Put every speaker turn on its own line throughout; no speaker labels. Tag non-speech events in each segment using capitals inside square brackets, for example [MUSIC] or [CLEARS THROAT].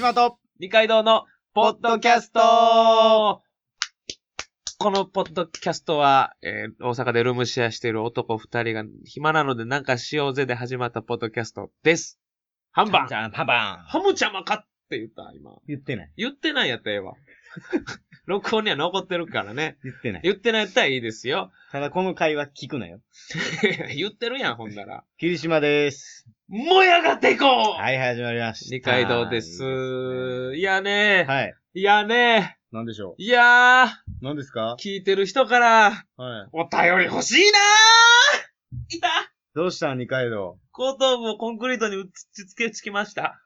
カと、
二階堂の、ポッドキャストこのポッドキャストは、えー大阪でルームシェアしている男二人が暇なのでなんかしようぜで始まったポッドキャストです。ハンバー
ゃん、パパ
ハムちゃまかって言った、今。
言ってない。
言ってないやったらええわ。 [LAUGHS] 録音には残ってるからね。
言ってない。
言ってないやったらいいですよ。 [LAUGHS]
ただこの会話聞くなよ。
言ってるやん、ほんなら。
霧島です。
燃え上がっていこう、
はい、始まりました。
二階堂です。いやね
はい。
いやね
なんでしょ
いやー、
うなんですか
聞いてる人から、
はい。
お便り欲しいなーいた
どうした二階堂。
後頭部をコンクリートに打ちつけつきました。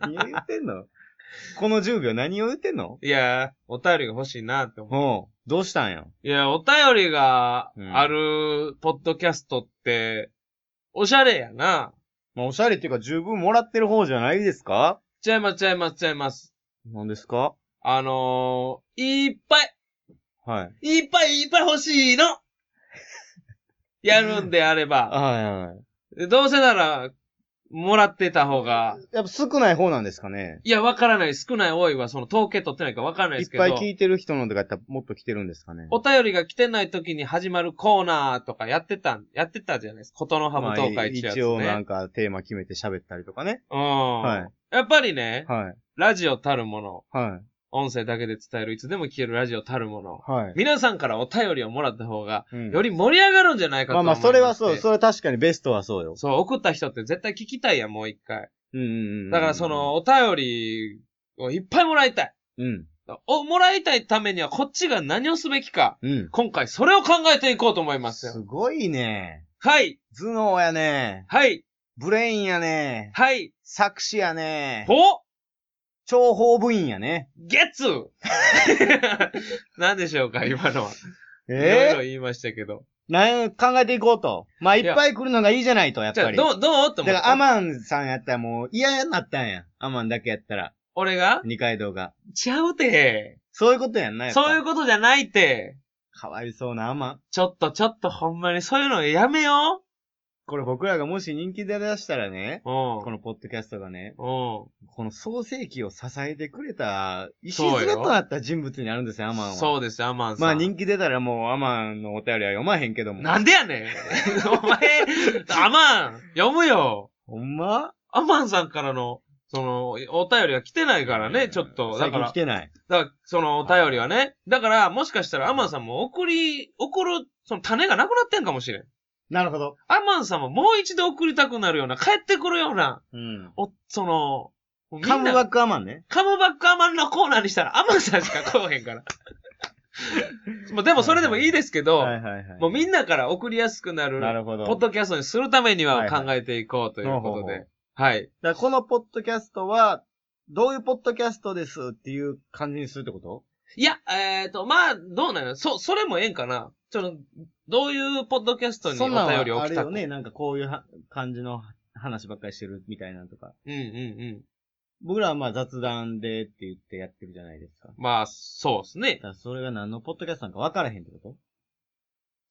何を言ってんのこの10秒何を言ってんの
いやー、お便りが欲しいなって思う。
ほう。どうしたんや
いや、お便りがある、ポッドキャストって、おしゃれやな。
まあ、おしゃれっていうか十分もらってる方じゃないですか
ちゃいます、ちゃいます、ちゃいます。
何ですか
あのー、いっぱい、
はい。
いっぱいいっぱい欲しい [LAUGHS] のやるんであれば。
はいはい。
どうせなら、もらってた方が、
やっぱ少ない方なんですかね
いや、わからない。少ない、多いは、その統計取ってないからわからない
い
で
っ
すけど。
ぱい聞いてる人のとかやったらもっと来てるんですかね
お便りが来てない時に始まるコーナーとかやってたん、やってたじゃないですか。ことの葉
ま
も
あ
東海一やつね。
一応なんかテーマ決めて喋ったりとかね。
うん、
はい
やっぱりね、
はい。
ラジオたるもの、
はい。
音声だけで伝える、いつでも聞けるラジオたるもの、
はい。
皆さんからお便りをもらった方が、
うん
より盛り上がるんじゃないかと
まあま
思い
あ、
まして
それはそう。それは確かにベストはそうよ。
そう、送った人って絶対聞きたいやん、もう一回。
うんうんうん。
だからそ、の、お便りをいっぱいもらいたい。
うん。
お、もらいたいためにはこっちが何をすべきか。
うん。
今回それを考えていこうと思います
す
よ。
ごいね。
はい、
頭脳やね。
はい、
ブレインやね。
はい、
作詞やね。
ほ
諜報部員やね。
ゲッツ [LAUGHS] 何でしょうか、今のは。いろいろ
ええ
言いましたけど。
なん考えていこうと。まあ、いっぱい来るのがいいじゃないと、やっ
じゃ
ぱ
あ、
り。だ
どう、どう
か
と思って
ら、アマンさんやったらもう嫌になったんや。アマンだけやったら、
俺が
二階堂が。
ちゃうて。
そういうことやんな、やっぱ
そういうことじゃないて。
かわいそうなアマン。
ちょっと、ちょっと、ほんまに、そういうのやめよ
これ僕らがもし人気出だしたらね、
う。
このポッドキャストがね、
うん。
この創世記を支えてくれた、
そうよ
礎となった人物になるんですよ、アマン
うん。
は。
そうですよ、アマンさん。
まあ人気出たらもうアマンのお便りは読まへんけども。
なんでやねん [LAUGHS] お前、アマン、読むよ。
ほんま
アマンさんからの、その、お便りは来てないからね、ちょっと。だ
最
か
近
ら
来、てない。
だからそのお便りはね。だから、もしかしたらアマンさんも送り、送る、その種がなくなってんかもしれん。
なるほど。
アマンさんももう一度送りたくなるような、帰ってくるような、
うん。
お、その、みんな
カムバックアマンね。
カムバックアマンのコーナーにしたらアマンさんしか来おへ
[LAUGHS]
んから。まあでもそれでもいいですけど、
はいはいはい。
もうみんなから送りやすくなる、
なるほど。
ポッ
だか
ドキャストにするためには
はいはい
考えていこうということ
ほうほうほ
で。はい。
らこのポッドキャストは、どういうポッドキャストですっていう感じにするってこと
いや、えっ、と、まあ、どうなのそ、それもええんかなちょっと、どういうポッドキャストにお
そんなんは
便りを
あ
送
れ
りた
よ
く
ね、なんかこういうは感じの話ばっかりしてるみたいなのとか。
うんうんうん。
僕らはまあ雑談でって言ってやってるじゃないですか。
まあ、そうですね
だ。からそれが何のポッドキャストなんか分からへんってこと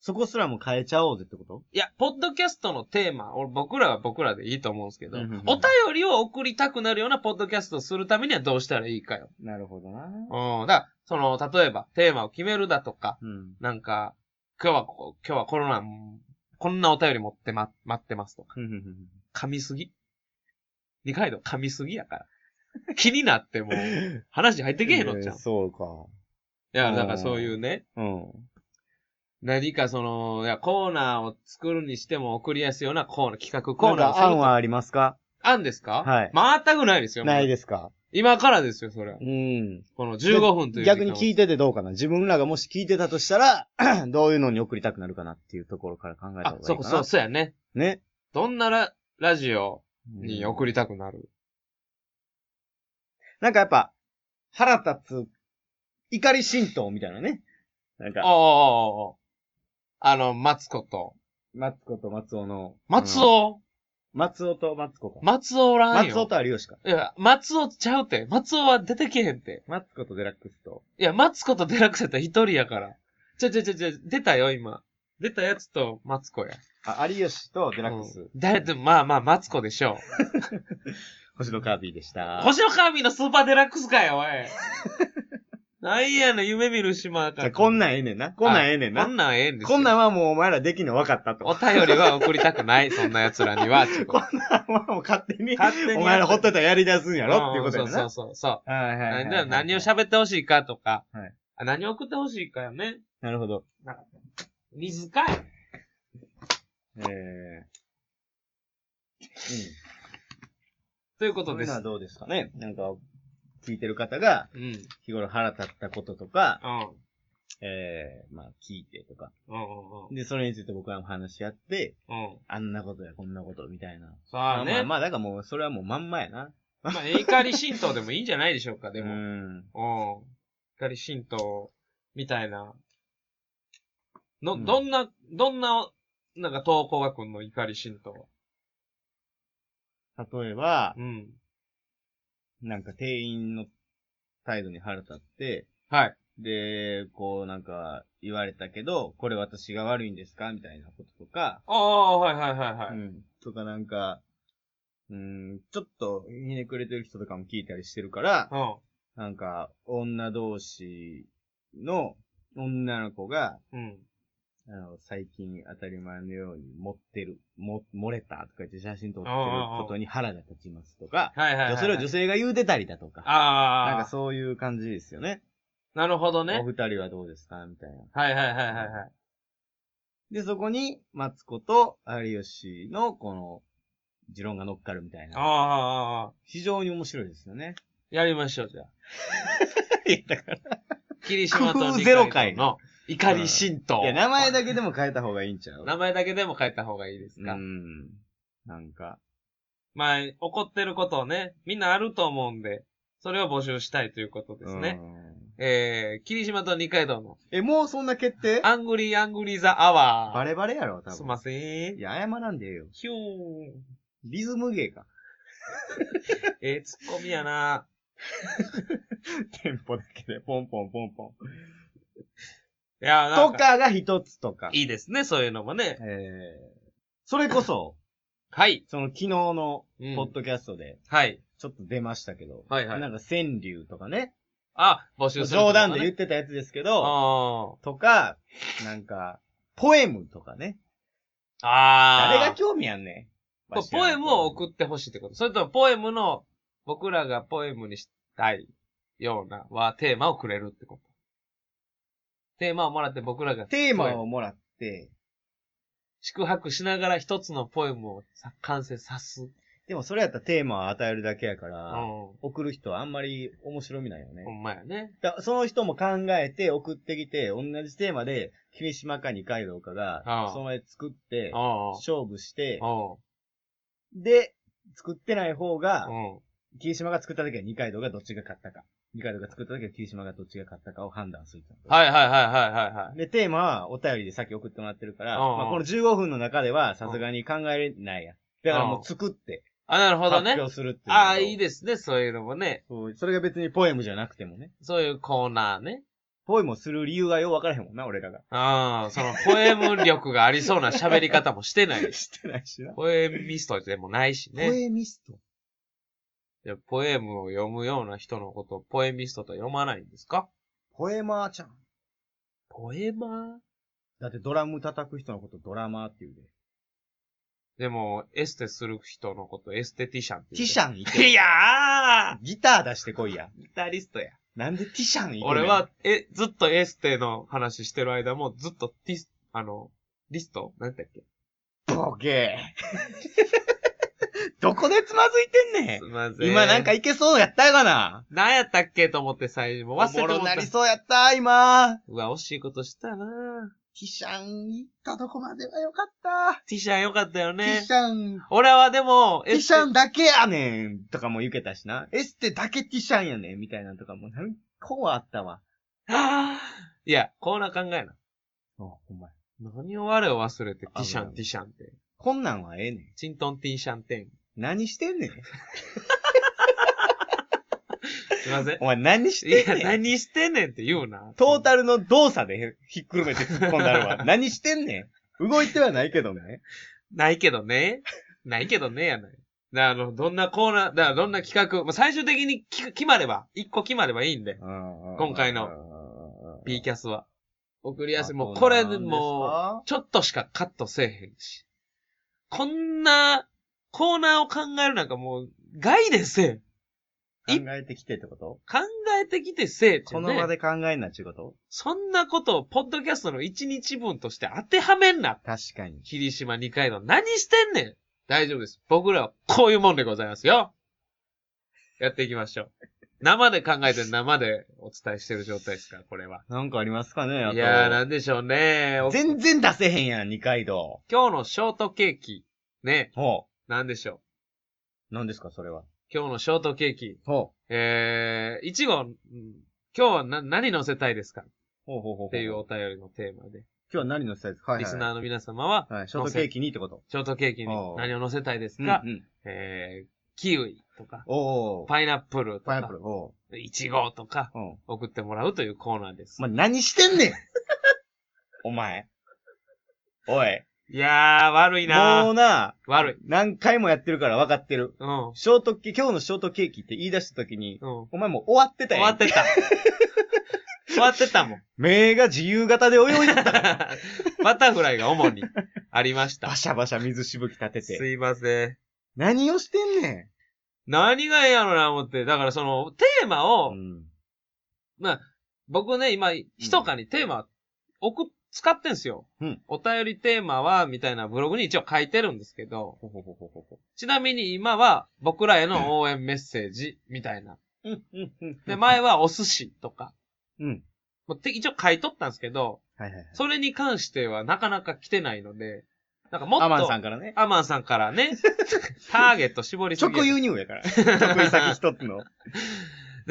そこすらも変えちゃおうぜってこと
いや、ポッドキャストのテーマ、俺僕らは僕らでいいと思うんですけど、
う
お
んうん
便
うん
りを送りたくなるようなポッドキャストをするためにはどうしたらいいかよ。
なるほどな。
うん。だから、その、例えば、テーマを決めるだとか、
うん。
なんか、今日はこ、今日はコロナ、うんこんなお便り持ってま、待ってますとか、噛み [LAUGHS] すぎ二階堂噛みすぎやから。気になってもう、話入ってけへんのっちゃう。い
そうか。
や、だからそういうね、
うん。
何かその、いや、コーナーを作るにしても送りやすいようなコーナー、企画コ
コ
ー
ー
ナー
ナー
をすると
案はありますか
案ですか
はい
全くないですよ。
ない
で
ですか
今からですよ、それは。
うん。
この15分という時間を
逆に聞いててどうかな自分らがもし聞いてたとしたら、 [CLEARS THROAT] どういうのに送りたくなるかなっていうところから考えた
あ
方、が
そ
いいうかな。
そう、そうやね。
ね。
どんなララジオ
うん
に送りたくなる、
なんかやっぱ、腹立つ、怒り浸透みたいなね。なん
あ
か、
あ、あの、松子と。
マツコと松尾の。
松
うん
尾、
松尾と松子か。
松尾おらんよ。
松尾と有吉か。
いや、松尾ちゃうて。松尾は出てけへんて。
マツコとデラックスと。
いや、松子とデラックスやったら一人やから。ちょちょちょちょ、出たよ、今。出たやつと松子や。
あ、有吉とデラックス、
うん誰と、まあまあ、マツコでしょ
星野カービィでし
う。
た。
星野カービィのスーパーデラックスかよ、おい。なんやの、夢見る島
じゃ
か。
あこん
な
なんええねんな。こんなんええねんな。
こんなんええんですよ
こんなんはもうお前らできんの分かったと。
お便りは送りたくない、そんな奴らには。
[LAUGHS] こんなんはもう勝手に、
勝手にやっ
お前らほっといたらやり出すんやろっていうことや
ん
な。
そうそうそうそう。
はいはいはいはい
な何を喋ってほしいかとか、
はい
あ何を送ってほしいかよね。
なるほど。
水かい
え
[LAUGHS]
ー。うん。
というこ
そ
と
うい
で
うのは
す。
どうですかねなんか、聞いてる方が、
うん。うん。
日頃腹立ったこととか、
うん。
えー、まあ、聞いてとか。
うんうん
で、それについて僕は話し合って、
うん。うん。
あんなことやこんなことみたいな。
さあ
まあ
ね。
まあ、だからもう、それはもうまんまやな。
まあ、怒り神道でもいいんじゃないでしょうか、で
う
も。
ん。
うん。怒り神道、みたいな。
う
の、
ん
どんな、どんな、なんか、東光学君の怒り神道。
例えば、
うん。
なんか店員の態度に腹立って、
はい。
で、こうなんか言われたけど、これ私が悪いんですかみたいなこととか、
ああ、はいはいはいは
う
い。
ん。とかなんか、うん、ちょっとひねくれてる人とかも聞いたりしてるから、なんか、女同士の女の子が、
うん。うん。
あの、最近当たり前のように持ってる、も、漏れたとか言って写真撮ってる
ああああ
ことに腹が立ちますとか、
はいはいはい、はい。
それを女性が言うてたりだとか、
ああ。
なんかそういう感じですよね。
なるほどね
お。二人はどうですかみたいな。
はいはいはいはいはい。
で、そこに、マツコと有吉の、この、持論が乗っかるみたい
あ
な。
あああ、
非常に面白いですよ
[LAUGHS]
ね。
やりましょう、じゃあ。
いやだから
霧島と
工夫
二
ゼロ
階
回
堂の怒り神道。
いや、名前だけでも変えた方がいいんちゃう
名前だけでも変えた方がいいです
う
か。
ん。なんか、
まあ、怒ってることをね、みんなあると思うんで、それを募集したいということですね。
うん。
えー、霧島と二階堂の、
え、もうそんな決定
アングリーアングリーザア
バ
ワ
レバレやろ、多
ー。
分。
すいません
い。や、謝らんでええよ。
ひょーん。
リズム芸
[LAUGHS]
か。
えー、ツッコミやな。
テンポだけで、ポンポンポンポン。
いや、なん
と
か、
かが一つとか。
いいですね、そういうのもね。
えー、それこ
[LAUGHS]
そ、
はい。
その昨日の、
うん
ポッドキャストで、
はい。
ちょっと出ましたけど、
はいはい
なんか川柳とかね、
あ、募集する、
冗談で言
う。
ってたやつですけ
あ
ど、
ー
とか、なんか、ポエムとかね。
あー。
誰が興味あんねん。
こうポエムを送ってほしいってことそれとも、ポエムの、僕らがポエムにしたいような、は、テーマをくれるってこと。テーマをもらって僕らが、
テーマをもらって、
宿泊しながら一つのポエムをさ完成さす。
でもそれやったらテーマを与えるだけやか
う
ら、
ん。
送る人はあんまり面白みないよね。
ほんまやね。
だその人も考えて送ってきて、同じテーマで、君島か二階堂か
あ
が
あ、
その前作って
う、ん。
勝負して、
う
で、作ってない方が、
ん。うん。
霧島が作った時は二階堂がどっちが勝ったか。二階堂が作った時は霧島がどっちが勝ったかを判断すると。
はいはいはいはいはいはい。
で、テーマはお便りでさっき送ってもらってるから、
うんうん
まあ、この15分の中ではさすがに考えれないやん。だからもう作って、
あ、なるほど
発
ね。
表するっていうのを。
ああ、いいですね。そういうのもね。
そうそれが別にポエムじゃなくてもね。
そういうコーナーね。
ポエムをする理由がよう分からへんもんな、俺らが。
ああ、そのポエム力がありそうな喋り方もしてない [LAUGHS] し。
してないしな。
ポエミストでもないしね。
ポエミスト。
で、ポエムを読むような人のことをポエミストと読まないんですか
ポエマーちゃん。
ポエマー
だってドラム叩く人のことドラマーって言うで。
でも、エステする人のことエステティシャンって
テ
言
ィ
う
シャンい
い
て。
やー
[LAUGHS] ギター出してこいや。
ギタリストや。
なんでティシャンいてんの
俺、は、え、ずっとエステの話してる間もずっとティス、あの、リスト何だっけ
ボケ [LAUGHS] ー。どこでつまずいてんね
すいませ
ん。
ん。
今なんか、いけそうやったかな
何やったっけと思って最初、もう忘れ
お
て
も
も
ろ
っ
な
た
り。そうやった、今。
うわ、惜しいことしたな
ティシャン行ったとこまではよかった。
ティシャンよかったよ
ティ
ね。
シャン、
俺はでも、
ティシャンだけやねんとかも言けたしな。エステだけティシャンやねんみたいなのとかも、なんこうあったわ。
はぁいや、コーナー考えな。
あ、ほんまや
何を我を忘れて、ティシャ
危な
ン、
い
ティシャンって。
こんなんはええねん。
チントンティーシャンテン。
何してんねん。
すいません。
[LAUGHS] お前何し
い
て
や
ん、ねん。
何してんねんって言うな。
トータルの動作でひっくるめて突っ込んだるわ。何してんねん。動いてはないけどね。
ないけどね。ないけどね、やない。だからあの、どんなコーナー、だからどんな企画、まあ、最終的にき決まれば、一個決まればいいんで、 [LAUGHS] 今
今
回の P キャスは。送りやすい。もうこれ、もう、ちょっとしかカットせえへんし。こんな、コーナーを考えるなんかもう、概念せえ。
考えてきてってこと
考えてきてせえって、ね。
この場で考えんなっちゅうこと
そんなことを、ポッドキャストの1日分として当てはめんな。
確かに。
霧島二階堂、何してんねん大丈夫です。僕らはこういうもんでございますよやっていきましょう。生で考えて生でお伝えしてる状態ですから、これは。
なんかありますかねあと
いやー、なんでしょうね。お
全然出せへんやん、二階堂。
今日のショートケーキ、ね、
ほ
なんでしょう。
う。何ですか、それは。
今日のショートケーキ、
ほ
えー、いちご、うん今日はな何乗せたいですかっ
う。ほうほうほう。
ていう
今
お便りのテーマで、
日は何のせたいですかはい
リ
はい
スナーの皆様は、
はい、ショートケーキにってこと。
ショートケーキに何を乗せたいです
うん、う
か、
ん。
えー、キウイとか、
おー。
パイナップルと
パイナッ
か
プ、ル。お
イチゴとか
ー。うん。
送ってもらうというコーナーです。
ま、何してんねん [LAUGHS] お前。おい。
いやー、悪い
も
な
う
ー
な、
悪い。
何回もやってるから分かってる。
うん。
ショートケーキ、今日のショートケーキって言い出した時に、
うん。
お前もう終わってた
終
やん。
わって
[LAUGHS]
た。終わってたもん。 [LAUGHS]
目が自由形で泳いでた。
バタフライが主にありまし
バ [LAUGHS]
た。
シャバシャ水しぶき立てて。
すいません。
何をしてんね
何がええやろな、思って。だからその、テーマ
ん。
を、
ん。
まあ、僕ね、今、密かにテーマ、送っ、使ってんすよ。
うん
お便りテーマは、みたいなブログに一応書いてるんですけど、
ほほほほほほ。
ちなみに今は、僕らへの応援メッセージ、みたいな。
うん、うん、うん。
で、前はお寿司とか。
うん。
もうて一応買い取ったんですけど、
はいはいはい。
それに関してはなかなか来てないので、なんかもっと、
アマンさんからね。
アマンさんか
[LAUGHS]
らね、ターゲット絞りすぎ
直
や。
輸入やから。得意先一つの。
だか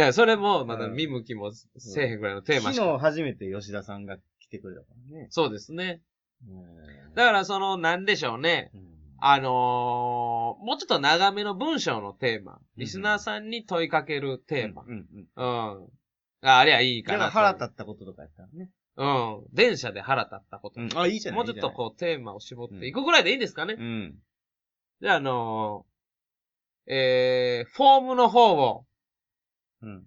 らそれも、まだ
うん
見向きもせえへんぐらいの [LAUGHS] テーマ
昨
しか、
日初めて吉田さんが来てくれたからね。
そうですね。
うん
だからその、なんでしょうね。
うん
あのー、もうちょっと長めの文章のテーマ。リスナーさんに問いかけるテーマ。
うん、うん。
うん。あありゃいい
だから
かなと。
腹立ったこととかやったらね。
うん。電車で腹立ったこと。
あ、いいじゃない
もうちょっとこうテーマを絞っていくぐらいでいいんですかね
う。ん。
じゃあ、あのー、えー、フォームの方を、
うん。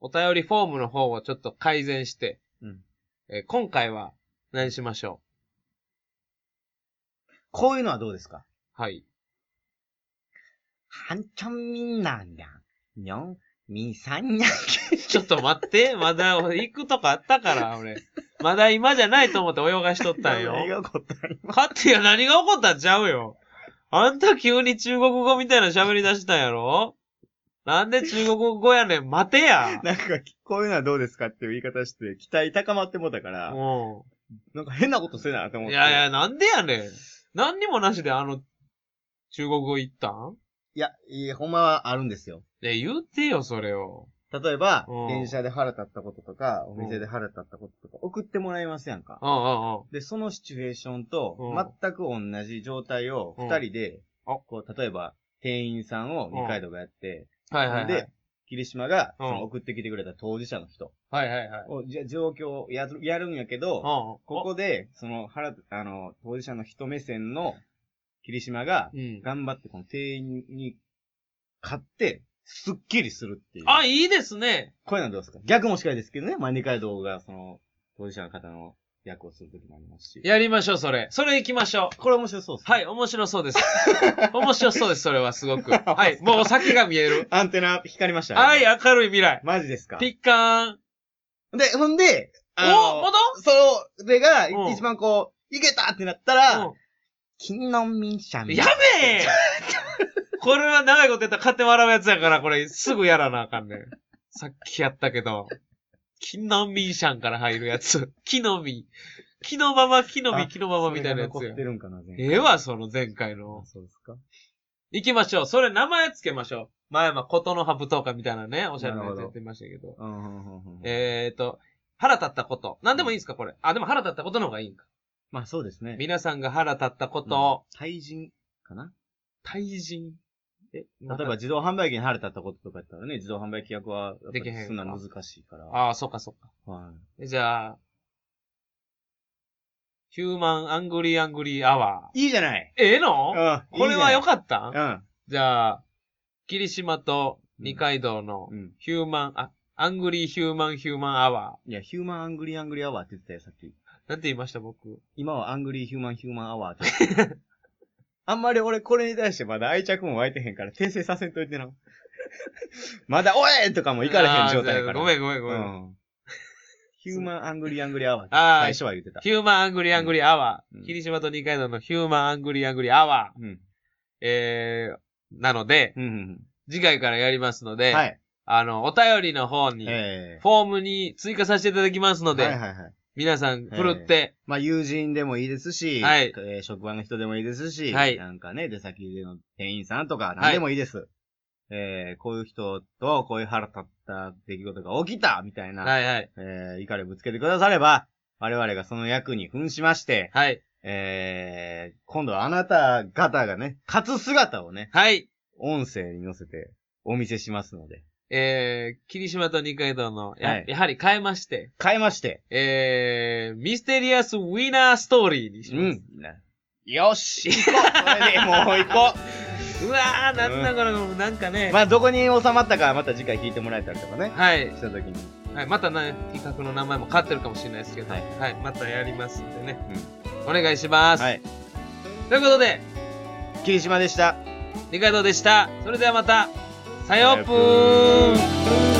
お便りフォームの方をちょっと改善して、
うん
えー今回は何しましょ
こういうのはどうですか
うはい。
はんちゃんみんなんだ。にょん、みさんにゃん
ちょっと待
[LAUGHS]
って、まだ俺行くとこあったから、俺。まだ今じゃないと思って泳がしとった
[LAUGHS]
んよ。勝手や何が起こったんちゃうよ。あんた急に中国語みたいな喋り出したんやろなんで中国語やねん、待
[LAUGHS]
てや。
なんか、こういうのはどうですかっていう言い方して、期待高まってもうたから、
うん。
なんか変なことせなと思っ
い
て。
やいや、。なんでやねん。何にもなしであの、中国語行ったん
いや、いや、ほんまはあるんですよ。
え、言うてよ、それを。
例えば
う、ん
電車で腹立ったこととか、お店で腹立ったこととか、送ってもらいますやんか。
うんうんうん。
で、そのシチュエーションと
うん、
全く同じ状態を、
うん
二人で、
あ
こう、例えば、店員さんを二階堂がやって、
はいはいはい。
で、霧島が、そ
うん
の送ってきてくれた当事者の人
はいはいはい。
を、じゃ状況をやるやるんやけど、
こ
ここで、その、原田、あの、当事者の人目線の、霧島が、
うん。
頑張ってこの店員に、買って、すっきりするっていう。
あ、いいですね。
こういうのはどうですか逆もしかりですけどね、まあ、二階堂が、その、当事者の方の役をするときもありますし。
やりましょう、それ。それ行きましょう。
これ面白そうです、
はい、。面白そ
[LAUGHS]
うです。面白そうです、それは、すごく。はい、もう先が見え
[LAUGHS]
る。
アンテナ光りました、
はい、。明るい未来。
マジですか
ピッカーン。
で、ほんで、
お元
そう、れが
うん、
一番こう、いけたってなったら、金の民社
うんやべえ [LAUGHS] これは長いことやったら勝手に笑うやつやから、これすぐやらなあかんねん。さっきやったけど。木の実シャンから入るやつ。木の実。木のまま、木の実、木のままみたいなや
そ
つ
れが残
や
って。るんかな、前回
ええわ、その前回の。
そうですか
行きましょう。それ名前つけましょう。前は琴の葉舞踏会みたいなね、おしゃれな
なるほ
やつ
ど
やってましたけど。
うんうんうんうんうん
えーと、腹立ったこと。何でもいいんですか、これ。あ、でも腹立ったことの方がいいんか。
まあそうですね。
皆さんが腹立ったこ
うん
とを、
対人かな
対人。え、
例えば、自動販売機に晴れたったこととかやったらね、自動販売機役は、
できへんか
すんな難しいから。
ああ、そっかそっか。
は
えじゃあ、ヒューマンアングリーアングリーアワー。
いいじゃない。
ええ
う
の
ん。
これは良
っ
かったん
た。
じゃあ、霧島と二階堂の
うん。うん。
ヒューマン、あ、アングリーヒューマンヒューマンアワ
いや、ヒューマンアングリーアングリーアワーって言ってたよ、さっき。
ー。なんて言いました僕。
今はアングリーヒューマンヒューマンアワーって言って [LAUGHS] た。あんまり俺これに対してまだ愛着も湧いてへんから訂正させんといてな。 [LAUGHS] まだおいとかもいかれへん状態やから。
あーごめんごめんごめん。
うん。ヒューマンアングリーアングリーアワーって
あー
最初は言ってた。
ヒューマンアングリーアングリーアワ
うん
ー。霧島と二階堂のヒューマンアングリーアングリーアワー。
うん。
えー、なので、
うんうん
次回からやりますの
うん。
で、
はい。
あの、お便りの方に、
え
フォームに追加させていただきます
ー
ので、
はいはいはい。
皆さん、ふるって、
まあ、友人でもいいですし、
はい
えー職場の人でもいいですし、
はい
なんかね、出先での店員さんとか、何でもいいです。えーこういう人と、こういう腹立った出来事が起きたみたいな、
はいはい、
えー怒りをぶつけてくだされば、我々がその役に扮しまして、
はい、
えー今度はあなた方がね、勝つ姿をね、
はい、
音声に乗せてお見せしますので、
えー、霧島と二階堂のや、
はい
やはり変えまして、
変えまして、
えー、ミステリアスウィナーストーリーにし
う
ます
ん。。よし行こうそれでもう行こ
うわー、なんだこれ、なんかね、 [LAUGHS]
うまあ、どこに収まったかはまた次回聞いてもらえたりとかね。
はい、
した時に。
はい、またね、企画の名前も変わってるかもしれないですけど、
は
はいい、またやりますんでね、お願いします。
はい。
ということで、
霧島でした。
二階堂でした。それではまた、さようぷーん